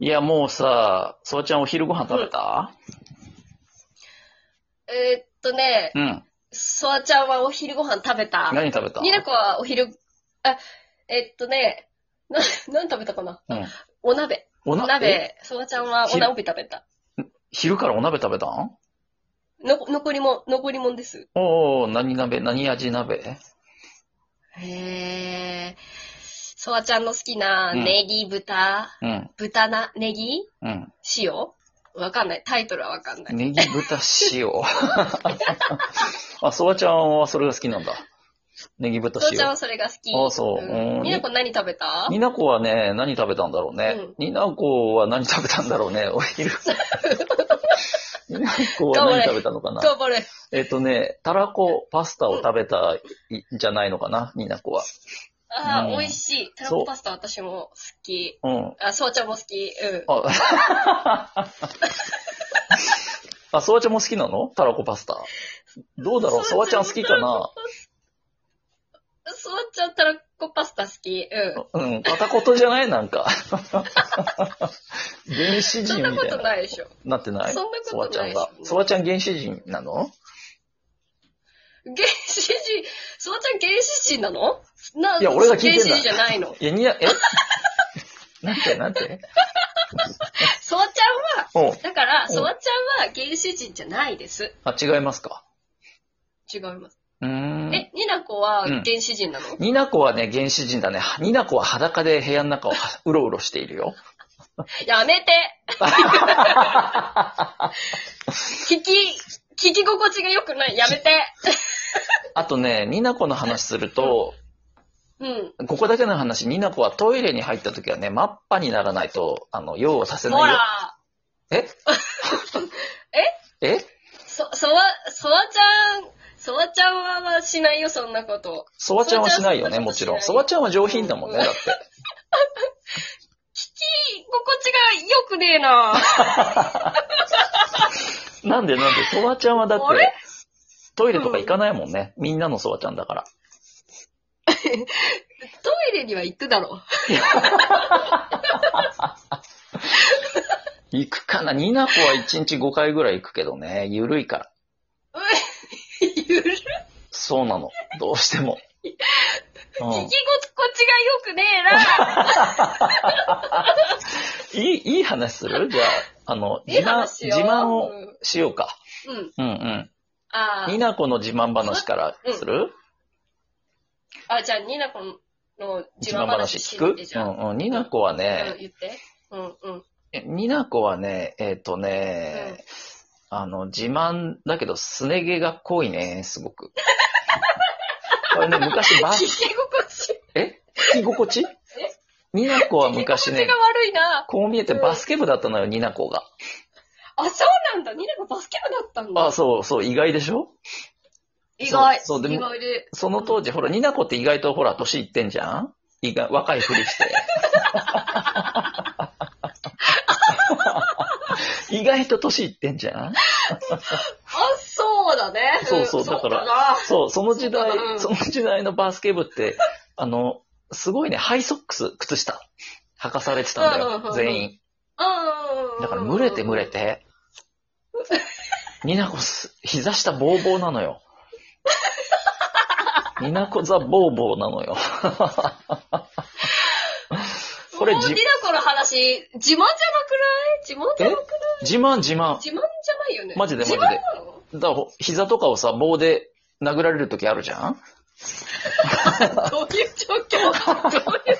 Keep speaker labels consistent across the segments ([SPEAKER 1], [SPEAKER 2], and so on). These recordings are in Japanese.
[SPEAKER 1] いや、もうさ、そうちゃんお昼ご飯食べた
[SPEAKER 2] えーっとね、
[SPEAKER 1] うん。
[SPEAKER 2] ソワちゃんはお昼ご飯食べた。
[SPEAKER 1] 何食べた
[SPEAKER 2] ニナコはお昼、あ、えっとね、な、何食べたかな
[SPEAKER 1] うん。
[SPEAKER 2] お鍋。
[SPEAKER 1] お
[SPEAKER 2] お
[SPEAKER 1] な
[SPEAKER 2] 鍋。ソワちゃんはお鍋食べた。
[SPEAKER 1] 昼からお鍋食べたん
[SPEAKER 2] の、残りもん、残りもんです。
[SPEAKER 1] おお何鍋何味鍋
[SPEAKER 2] へえ。ソワちゃんの好きな
[SPEAKER 1] うん
[SPEAKER 2] ネギ、豚、
[SPEAKER 1] うん。
[SPEAKER 2] 豚な、ネギ
[SPEAKER 1] うん。
[SPEAKER 2] 塩わかんない。タイトルはわかんない。
[SPEAKER 1] ネギ豚 塩。あ、そわちゃんはそれが好きなんだ。ネギ豚
[SPEAKER 2] ソワちゃん
[SPEAKER 1] 塩
[SPEAKER 2] は。それが好き。
[SPEAKER 1] あそううん
[SPEAKER 2] んニナコ何食べた
[SPEAKER 1] ニナコはね、何食べたんだろうね。
[SPEAKER 2] うん
[SPEAKER 1] ニナコは何食べたんだろうね、お 昼。ニナコは何食べたのかな
[SPEAKER 2] 頑張れ。
[SPEAKER 1] えっとね、たらこパスタを食べたんじゃないのかな、ニナコは。
[SPEAKER 2] ああ、
[SPEAKER 1] うん
[SPEAKER 2] 美味しい。タラコパスタ私も好き。
[SPEAKER 1] うん。
[SPEAKER 2] あ、そうちゃんも好き。うん。
[SPEAKER 1] あ、 あ、ソワちゃんも好きなのたらこパスタ。どうだろうソワちゃん好きかな
[SPEAKER 2] そうちゃんタラコパスタ好き。う
[SPEAKER 1] うん、片言じゃないなん か。原始
[SPEAKER 2] ん。そん
[SPEAKER 1] 人
[SPEAKER 2] な
[SPEAKER 1] み
[SPEAKER 2] こ
[SPEAKER 1] たい
[SPEAKER 2] と
[SPEAKER 1] な。
[SPEAKER 2] ないでしょ。
[SPEAKER 1] なってない
[SPEAKER 2] そんな
[SPEAKER 1] ソ
[SPEAKER 2] こ
[SPEAKER 1] ワ
[SPEAKER 2] と
[SPEAKER 1] ちゃ
[SPEAKER 2] ない
[SPEAKER 1] ん
[SPEAKER 2] でしょ
[SPEAKER 1] が。ソワちゃん原始人なの
[SPEAKER 2] 原始人、そうちゃん原始人なのない
[SPEAKER 1] や俺が聞いてんだ
[SPEAKER 2] 原始人じゃないの。
[SPEAKER 1] いや、ニナ、 えなんて、なんて
[SPEAKER 2] そうちゃんは、
[SPEAKER 1] おう
[SPEAKER 2] だから、
[SPEAKER 1] ん
[SPEAKER 2] そうちゃんは原始人じゃないです。
[SPEAKER 1] あ、違いますか。
[SPEAKER 2] 違います。
[SPEAKER 1] うーん。
[SPEAKER 2] え、ニナコは
[SPEAKER 1] うん
[SPEAKER 2] 原始人なの、
[SPEAKER 1] ニナコはね、原始人だね。ニナコは裸で部屋の中をはうろうろしているよ。
[SPEAKER 2] やめて聞き、聞き心地が良くない。やめて
[SPEAKER 1] あとね、ニナコの話すると、
[SPEAKER 2] うん。
[SPEAKER 1] ここだけの話、ニナコはトイレに入った時はね、マッパにならないと、あの、用をさせな
[SPEAKER 2] ほ
[SPEAKER 1] いよ。
[SPEAKER 2] ら
[SPEAKER 1] ええ
[SPEAKER 2] そ、そわ、そわちゃん、そわちゃんはまあしないよ、そんなこと。
[SPEAKER 1] ソワちゃんはしないよね、
[SPEAKER 2] ソワちゃん
[SPEAKER 1] もちろん。
[SPEAKER 2] そ
[SPEAKER 1] ソ
[SPEAKER 2] んな
[SPEAKER 1] ワ
[SPEAKER 2] こと
[SPEAKER 1] ちゃんは上品だもんね、
[SPEAKER 2] う
[SPEAKER 1] だ
[SPEAKER 2] ん
[SPEAKER 1] って。
[SPEAKER 2] いい心地が良くねえな
[SPEAKER 1] なんでなんで、ソワちゃんはだっ
[SPEAKER 2] あ
[SPEAKER 1] て
[SPEAKER 2] れ、
[SPEAKER 1] トイレとか行かないもんね。みんなのソワちゃんだから。
[SPEAKER 2] トイレには行くだろ。
[SPEAKER 1] 行くかなニナコは1日5回ぐらい行くけどね、ゆるいから。
[SPEAKER 2] ゆる、聞き心
[SPEAKER 1] そうなの。どうしても。うん
[SPEAKER 2] 地が良くねえな
[SPEAKER 1] いい、いい話するじゃあ、あの、
[SPEAKER 2] い
[SPEAKER 1] 自
[SPEAKER 2] い
[SPEAKER 1] 慢、
[SPEAKER 2] 話よ
[SPEAKER 1] 自慢を
[SPEAKER 2] うん
[SPEAKER 1] しようか。
[SPEAKER 2] うん。
[SPEAKER 1] うんうん。
[SPEAKER 2] あ
[SPEAKER 1] ニ
[SPEAKER 2] ー
[SPEAKER 1] ナコの自慢話からする、
[SPEAKER 2] あ、じゃあ、ニナコの
[SPEAKER 1] 自
[SPEAKER 2] 自
[SPEAKER 1] 慢話
[SPEAKER 2] 慢話
[SPEAKER 1] 聞
[SPEAKER 2] してみ
[SPEAKER 1] く
[SPEAKER 2] てじゃあ。
[SPEAKER 1] うんうん。ニナコはね、
[SPEAKER 2] うん、言って。うん、うん。
[SPEAKER 1] えニナコはね、えっ、とね、あの、自慢だけど、すね毛が濃いね、すごく。 これね、昔バ
[SPEAKER 2] 聞
[SPEAKER 1] ー
[SPEAKER 2] き、心地、
[SPEAKER 1] え聞き心地ニナコは昔
[SPEAKER 2] 心地
[SPEAKER 1] ね
[SPEAKER 2] が、悪いな
[SPEAKER 1] こう見えてバスケ部だったのよ、ニナコが。
[SPEAKER 2] あ、そうなんだ。ニナコバスケ部だったんだ。
[SPEAKER 1] あ、そうそう、意外でしょ
[SPEAKER 2] 意外。
[SPEAKER 1] そうそうで
[SPEAKER 2] 意
[SPEAKER 1] も
[SPEAKER 2] 外で。
[SPEAKER 1] その当時、ほら、ニナコって意外とほら、年いってんじゃん意外若いふりして。 意外と年いってんじゃん
[SPEAKER 2] あ、そうだね。
[SPEAKER 1] そうそうんだから
[SPEAKER 2] そうな
[SPEAKER 1] そう、その時代
[SPEAKER 2] そうだう、ん
[SPEAKER 1] その時代のバスケ部って、あの、すごいね、ハイソックス、靴下、履かされてたんだ
[SPEAKER 2] うんうんうんう
[SPEAKER 1] よ、
[SPEAKER 2] ん
[SPEAKER 1] 全員。
[SPEAKER 2] うん
[SPEAKER 1] だから、蒸れて蒸れ。て。ニナコす、膝下ボーボーなのよ。ニナコザボーボーなのよ。これ
[SPEAKER 2] もう
[SPEAKER 1] じ
[SPEAKER 2] リナコの話、自慢じゃなくない自慢じゃなく
[SPEAKER 1] 自慢自慢。
[SPEAKER 2] 自慢じゃないよね。
[SPEAKER 1] マジでマジで
[SPEAKER 2] 自慢なの
[SPEAKER 1] だからほ膝とかをさ、棒で殴られる時あるじゃん
[SPEAKER 2] どういう状況どういう、どうい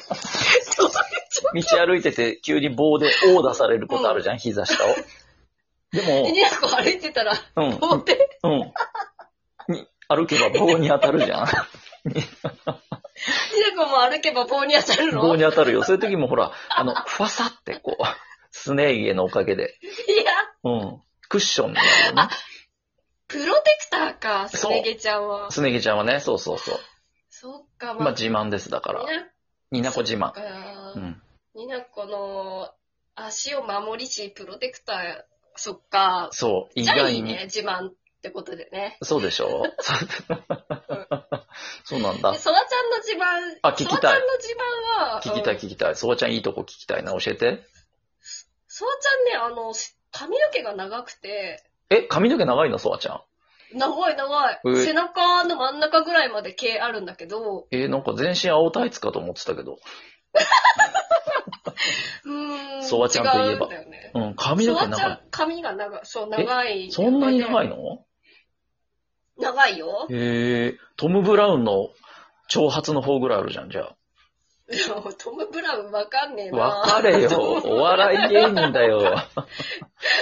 [SPEAKER 2] う状
[SPEAKER 1] 道歩いてて急に棒で殴打されることあるじゃん、膝下を。でも
[SPEAKER 2] 況、リナコ歩いてたら、
[SPEAKER 1] うん、
[SPEAKER 2] 棒で、
[SPEAKER 1] うん。に歩けば棒に当たるじゃん。
[SPEAKER 2] リナコも歩けば棒に当たる の
[SPEAKER 1] 棒に当たるよ。そういう時もほら、あの、ふわさってこう、スネーゲのおかげで、
[SPEAKER 2] いや、
[SPEAKER 1] うん。クッションになるよね。
[SPEAKER 2] プロテクターか、
[SPEAKER 1] そう
[SPEAKER 2] スネゲちゃんは。
[SPEAKER 1] スネゲちゃんはね、そうそうそう。
[SPEAKER 2] そっか、
[SPEAKER 1] まあ自慢です、だから。ニナコ自慢。う
[SPEAKER 2] 慢。
[SPEAKER 1] ん。
[SPEAKER 2] リナコの足を守りし、プロテクター、そっか。
[SPEAKER 1] そう、意
[SPEAKER 2] じゃあ
[SPEAKER 1] 外
[SPEAKER 2] いいね
[SPEAKER 1] に。、
[SPEAKER 2] 自慢ってことでね。
[SPEAKER 1] そうでし ょそうなんだ
[SPEAKER 2] で、。そらちゃんの自慢、
[SPEAKER 1] あ聞きたい
[SPEAKER 2] そらちゃんの自慢は、
[SPEAKER 1] 聞きたい
[SPEAKER 2] うん
[SPEAKER 1] 聞きたい。そうちゃんいいとこ聞きたいな。教えて。
[SPEAKER 2] ソワちゃんね、あの、髪の毛が長くて、
[SPEAKER 1] え、髪の毛長いの、ソワちゃん。
[SPEAKER 2] 長い長い。
[SPEAKER 1] え
[SPEAKER 2] 背中の真ん中ぐらいまで毛あるんだけど、
[SPEAKER 1] えーなんか全身青タイツかと思ってたけど。
[SPEAKER 2] うーん。
[SPEAKER 1] ソワちゃんといえば
[SPEAKER 2] 違うんだよね。
[SPEAKER 1] うん、髪の毛
[SPEAKER 2] ソワち
[SPEAKER 1] 長
[SPEAKER 2] ゃ
[SPEAKER 1] い。
[SPEAKER 2] ん、髪が長い。そう、長い。
[SPEAKER 1] そんなに長
[SPEAKER 2] い
[SPEAKER 1] いの
[SPEAKER 2] 長いよ。
[SPEAKER 1] えー、トム・ブラウンの長髪の方ぐらいあるじゃん、じゃあ。
[SPEAKER 2] いやトム・ブラウンわかんねえな。
[SPEAKER 1] わかれよ。お笑い芸人だ よ。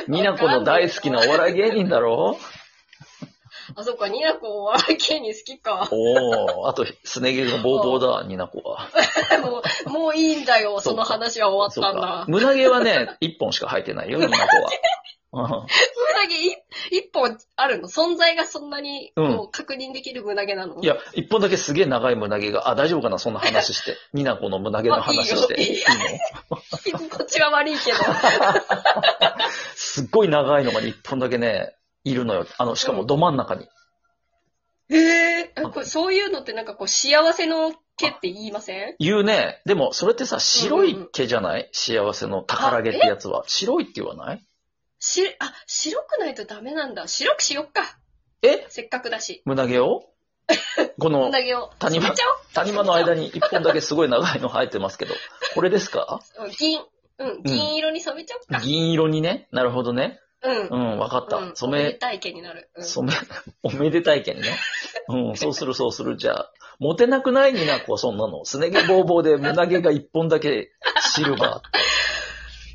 [SPEAKER 1] みなこの大好きなお笑い芸人だろ
[SPEAKER 2] あ、そっか、ニナコお笑い芸人好きか。
[SPEAKER 1] おおあと、すね毛がボーボーだ、になこは。
[SPEAKER 2] もう、もういいんだよ、
[SPEAKER 1] そうか
[SPEAKER 2] その話は終
[SPEAKER 1] そう
[SPEAKER 2] わったん
[SPEAKER 1] か
[SPEAKER 2] だ。。
[SPEAKER 1] 胸毛はね、一本しか生えて ないよ、になこは。
[SPEAKER 2] 胸毛い一本あるの存在がそんなに、
[SPEAKER 1] うん
[SPEAKER 2] もう確認できる胸毛なの、
[SPEAKER 1] うんいや、一本だけすげえ長い胸毛が、あ、大丈夫かな、そんな話して。になこの胸毛の話して。
[SPEAKER 2] あいいよいいよ
[SPEAKER 1] いいの
[SPEAKER 2] 居心地は悪いけど。
[SPEAKER 1] すっごい長いのがね一本だけね、いるのよ。あの、しかもど真ん中に。
[SPEAKER 2] えー、これそういうのってなんかこう、幸せの毛って言いません
[SPEAKER 1] 言うね。でも、それってさ、白い毛じゃない幸せの宝毛ってやつは。白いって言わない
[SPEAKER 2] し、あ、白くないとダメなんだ。白くしよっか。
[SPEAKER 1] え
[SPEAKER 2] せっかくだし。
[SPEAKER 1] 胸毛 をこの
[SPEAKER 2] 胸毛を。
[SPEAKER 1] 谷間
[SPEAKER 2] 染めちゃ
[SPEAKER 1] 谷間の間に一本だけすごい長いの生えてますけど、これですか
[SPEAKER 2] おう。銀。うん、銀色に染めちゃおっか。
[SPEAKER 1] 銀色にね。なるほどね。
[SPEAKER 2] うん
[SPEAKER 1] う。ん、わかっ
[SPEAKER 2] うん
[SPEAKER 1] た。
[SPEAKER 2] おめで
[SPEAKER 1] 染
[SPEAKER 2] たい毛になる。う
[SPEAKER 1] め、
[SPEAKER 2] ん
[SPEAKER 1] 染め、 おめでたいけんね。うん、そうするそうする。じゃあ、モテなくないにな、こう、そんなの。すね毛ぼうぼうで胸毛が一本だけシルバ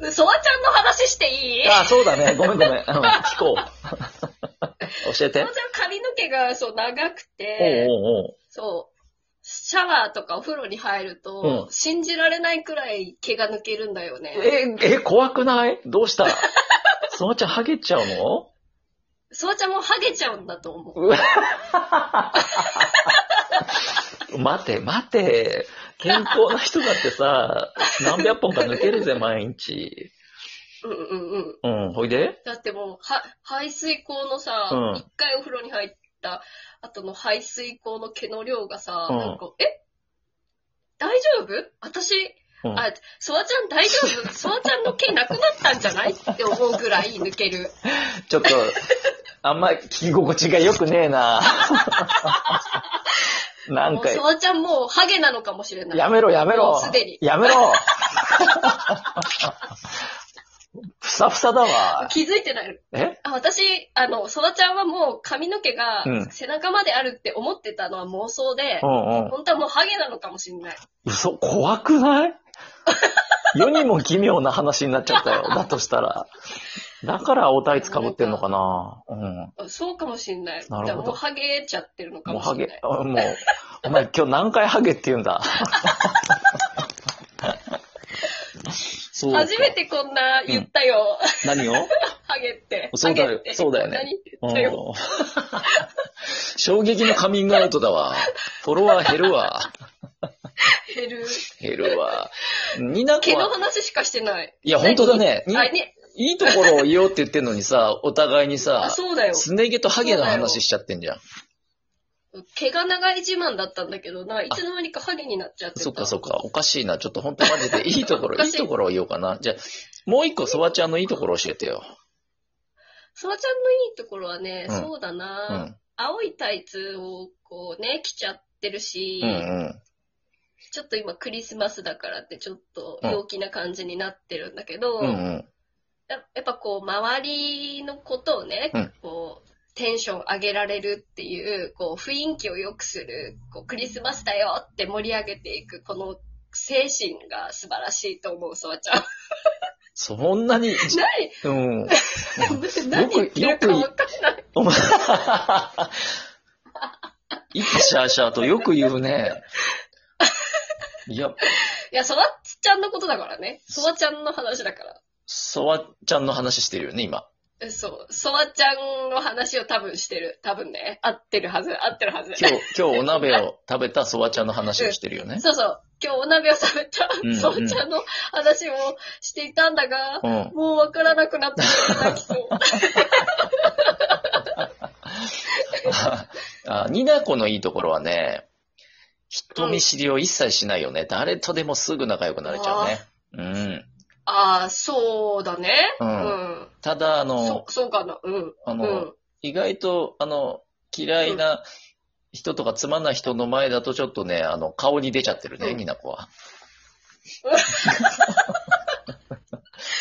[SPEAKER 1] ー。
[SPEAKER 2] ソワちゃんの話して いい
[SPEAKER 1] あ、そうだね。ごめんごめん。うん、 聞こう。教え
[SPEAKER 2] ソ
[SPEAKER 1] て
[SPEAKER 2] ワちゃん。髪の毛がそう長くて、
[SPEAKER 1] おう
[SPEAKER 2] そう、シャワーとかお風呂に入ると、
[SPEAKER 1] うん
[SPEAKER 2] 信じられないくらい毛が抜けるんだよ
[SPEAKER 1] おうおう。
[SPEAKER 2] ね。
[SPEAKER 1] え、え、怖くないどうした そのちゃん、ハゲちゃうの
[SPEAKER 2] ソワちゃんもハゲちゃうんだと思う。
[SPEAKER 1] うわ待て、待て。健康な人だって さ、何百本か抜けるぜ、毎日。
[SPEAKER 2] うんうんうん。
[SPEAKER 1] うん、ほいで
[SPEAKER 2] だってもう、は、排水口のさ、一、
[SPEAKER 1] うん
[SPEAKER 2] 回お風呂に入った後の排水口の毛の量がさ、
[SPEAKER 1] うん
[SPEAKER 2] なんか、え大丈夫私、
[SPEAKER 1] うん
[SPEAKER 2] あ、ソワちゃん大丈 夫ソワちゃんの毛なくなったんじゃないって思うぐらい抜ける。
[SPEAKER 1] ちょっと、あんま聞き心地が良くねえ な。なん
[SPEAKER 2] もう
[SPEAKER 1] か、
[SPEAKER 2] ソワちゃんもうハゲなのかもしれない。
[SPEAKER 1] やめろ、やめ
[SPEAKER 2] も
[SPEAKER 1] ろ
[SPEAKER 2] うすでに。
[SPEAKER 1] やめ ろふさふさだわ。
[SPEAKER 2] 気づいてない。
[SPEAKER 1] え
[SPEAKER 2] あ私、あの、ソワちゃんはもう髪の毛が
[SPEAKER 1] うん
[SPEAKER 2] 背中まであるって思ってたのは妄想で、
[SPEAKER 1] うんうん。
[SPEAKER 2] 本当はもうハゲなのかもしれない。
[SPEAKER 1] 嘘、怖くない世にも奇妙な話になっちゃったよ。だとしたら。だから青タイツ被ってんのかなうん。
[SPEAKER 2] あそうかもしれない。
[SPEAKER 1] なるほど
[SPEAKER 2] じゃあもうハゲちゃってるのか
[SPEAKER 1] もう
[SPEAKER 2] も
[SPEAKER 1] ハ
[SPEAKER 2] しれな
[SPEAKER 1] ゲ
[SPEAKER 2] い、。
[SPEAKER 1] あもう、お前今日何回ハゲって言うん だ。そうか
[SPEAKER 2] 初めてこんな言ったよ。
[SPEAKER 1] 何を
[SPEAKER 2] ハゲって。
[SPEAKER 1] そうだよ
[SPEAKER 2] ハゲって
[SPEAKER 1] そうだよね
[SPEAKER 2] こんなに言
[SPEAKER 1] う
[SPEAKER 2] った
[SPEAKER 1] ん
[SPEAKER 2] よ
[SPEAKER 1] 衝撃のカミングアウトだわ。フォロワー減るわ。
[SPEAKER 2] 減る。
[SPEAKER 1] 減るわ。になこ
[SPEAKER 2] 毛の
[SPEAKER 1] は、
[SPEAKER 2] 話しかしてない。
[SPEAKER 1] いや、本当だね。に
[SPEAKER 2] あ、ね、
[SPEAKER 1] いいところを言おうって言ってんのにさ、お互いにさ
[SPEAKER 2] あ、そうだよ。
[SPEAKER 1] スネ毛とハゲの話しちゃってんじゃん。
[SPEAKER 2] 毛が長い自慢だったんだけどな、いつの間にかハゲになっちゃってた。
[SPEAKER 1] そっかそっか、おかしいな。ちょっと本当マジでいいとこ
[SPEAKER 2] お
[SPEAKER 1] ろ、
[SPEAKER 2] か
[SPEAKER 1] い
[SPEAKER 2] し
[SPEAKER 1] い
[SPEAKER 2] い
[SPEAKER 1] ところを言おうかな。じゃあ、もう一個、そばちゃんのいいところ教えてよ。
[SPEAKER 2] ソワちゃんのいいところはね、
[SPEAKER 1] うん
[SPEAKER 2] そうだ
[SPEAKER 1] う
[SPEAKER 2] な、
[SPEAKER 1] ん。
[SPEAKER 2] 青いタイツをこうね、着ちゃってるし、
[SPEAKER 1] うんうん。
[SPEAKER 2] ちょっと今クリスマスだからってちょっと
[SPEAKER 1] うん
[SPEAKER 2] 陽気な感じになってるんだけど、
[SPEAKER 1] うんう
[SPEAKER 2] や
[SPEAKER 1] ん。
[SPEAKER 2] やっぱこう周りのことをね、
[SPEAKER 1] うん
[SPEAKER 2] こうテンション上げられるっていう、こう雰囲気を良くする、こうクリスマスだよって盛り上げていく、この精神が素晴らしいと思う、ソワちゃん。
[SPEAKER 1] そんなに、う
[SPEAKER 2] 何
[SPEAKER 1] ん。
[SPEAKER 2] 何言ってるか分かんない。
[SPEAKER 1] お前、いつシャーシャーとよく言うね。いや、
[SPEAKER 2] いや、ソワちゃんのことだからね。ソワちゃんの話だから。
[SPEAKER 1] そばちゃんの話してるよね、今。
[SPEAKER 2] そう、ソワちゃんの話を多分してる。多分ね。合ってるはず、合ってるはず。
[SPEAKER 1] 今日、今日お鍋を食べたそばちゃんの話をしてるよね。
[SPEAKER 2] そうそう。今日お鍋を食べた
[SPEAKER 1] うんうん
[SPEAKER 2] ソワちゃんの話をしていたんだが、
[SPEAKER 1] うん。
[SPEAKER 2] もうわからなくなって泣きそう。
[SPEAKER 1] あ、ニナコのいいところはね、人見知りを一切しないよね。誰とでもすぐ仲良くなれちゃうね。うん。
[SPEAKER 2] ああ、そうだね。
[SPEAKER 1] う。
[SPEAKER 2] うんん。
[SPEAKER 1] ただ、あ
[SPEAKER 2] そ
[SPEAKER 1] の、
[SPEAKER 2] そうかな。うん。
[SPEAKER 1] あ
[SPEAKER 2] う
[SPEAKER 1] の、
[SPEAKER 2] ん。
[SPEAKER 1] 意外と、あの、嫌いな人とかつまんない人の前だとちょっとね、あの、顔に出ちゃってるね、
[SPEAKER 2] うん
[SPEAKER 1] ニナコ は。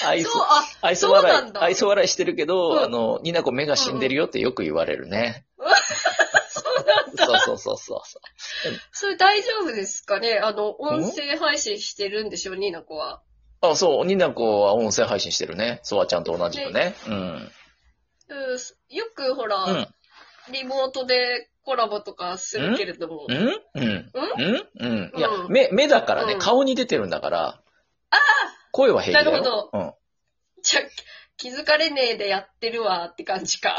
[SPEAKER 1] 愛想
[SPEAKER 2] そう、、あ、
[SPEAKER 1] 愛想
[SPEAKER 2] そうな
[SPEAKER 1] 笑
[SPEAKER 2] ん
[SPEAKER 1] い、
[SPEAKER 2] だ
[SPEAKER 1] 愛想笑いしてるけど、
[SPEAKER 2] うん
[SPEAKER 1] あの、ニナコ目が死んでるよってよく言われる ね。そうそうそうそうそ
[SPEAKER 2] それ大丈夫ですかねあの、音声配信してるんでしょニーナコは。
[SPEAKER 1] う。あ、そう、ニナコは音声配信してるね。ソワちゃんと同じくね。うん。
[SPEAKER 2] うんすよくほら、
[SPEAKER 1] うん。
[SPEAKER 2] リモートでコラボとかするけれども。
[SPEAKER 1] うんうん。うんうん。いや
[SPEAKER 2] う、ん
[SPEAKER 1] 目、目だからね、
[SPEAKER 2] うん
[SPEAKER 1] 顔に出てるんだから。ああ声は平気だよ。
[SPEAKER 2] なるほ
[SPEAKER 1] ど。うん。
[SPEAKER 2] じゃ、気づかれねえでやってるわって感じか。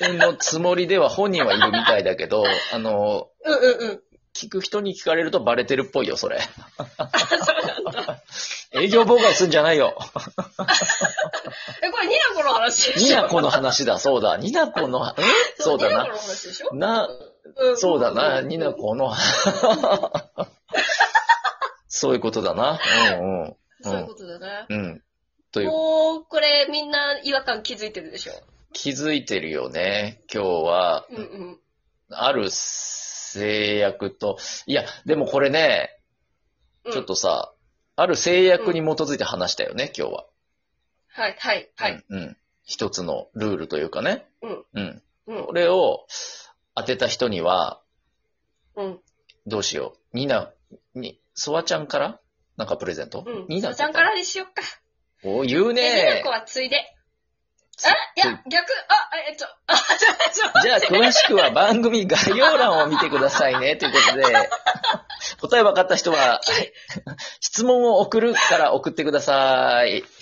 [SPEAKER 1] のつもりでは本人はいるみたいだけど、あの、
[SPEAKER 2] うんうんうん。
[SPEAKER 1] 聞く人に聞かれるとバレてるっぽいよ、それ。営業妨害すんじゃないよ。
[SPEAKER 2] え、これニーナコの話で
[SPEAKER 1] ニ
[SPEAKER 2] しょ
[SPEAKER 1] ナコの話だ、そうだ。ニナコの、んそうだ
[SPEAKER 2] ニ
[SPEAKER 1] な。
[SPEAKER 2] ーナコの話でしょ
[SPEAKER 1] な、
[SPEAKER 2] うん
[SPEAKER 1] そうだな、ニナ。コの。そういうことだな。うんうん。
[SPEAKER 2] そういうことだね。
[SPEAKER 1] うん。という、
[SPEAKER 2] もう、これみんな違和感気づいてるでしょ
[SPEAKER 1] 気づいてるよね。今日は、
[SPEAKER 2] うんうん。
[SPEAKER 1] ある制約と、いや、でもこれね、
[SPEAKER 2] うん
[SPEAKER 1] ちょっ。とさ、ある制約に基づいて話したよね、今日は。
[SPEAKER 2] はい、はい、はい。
[SPEAKER 1] うん。うん。一つのルールというかね。
[SPEAKER 2] うん。
[SPEAKER 1] うん。
[SPEAKER 2] うん
[SPEAKER 1] こ。れを当てた人には、
[SPEAKER 2] うん。
[SPEAKER 1] どうしよう。ニナ、に、ソワちゃんからなんかプレゼント
[SPEAKER 2] うん。
[SPEAKER 1] ニナ
[SPEAKER 2] ちゃんからにしよっか。
[SPEAKER 1] お、言う
[SPEAKER 2] で、ニナ
[SPEAKER 1] ね
[SPEAKER 2] コはついで。
[SPEAKER 1] つ
[SPEAKER 2] あ、いや、逆、あ、えっと、あ、ちょ、ち ょ、
[SPEAKER 1] じゃあ、詳しくは番組概要欄を見てくださいね、ということで。答え分かった人は、質問を送るから送ってください。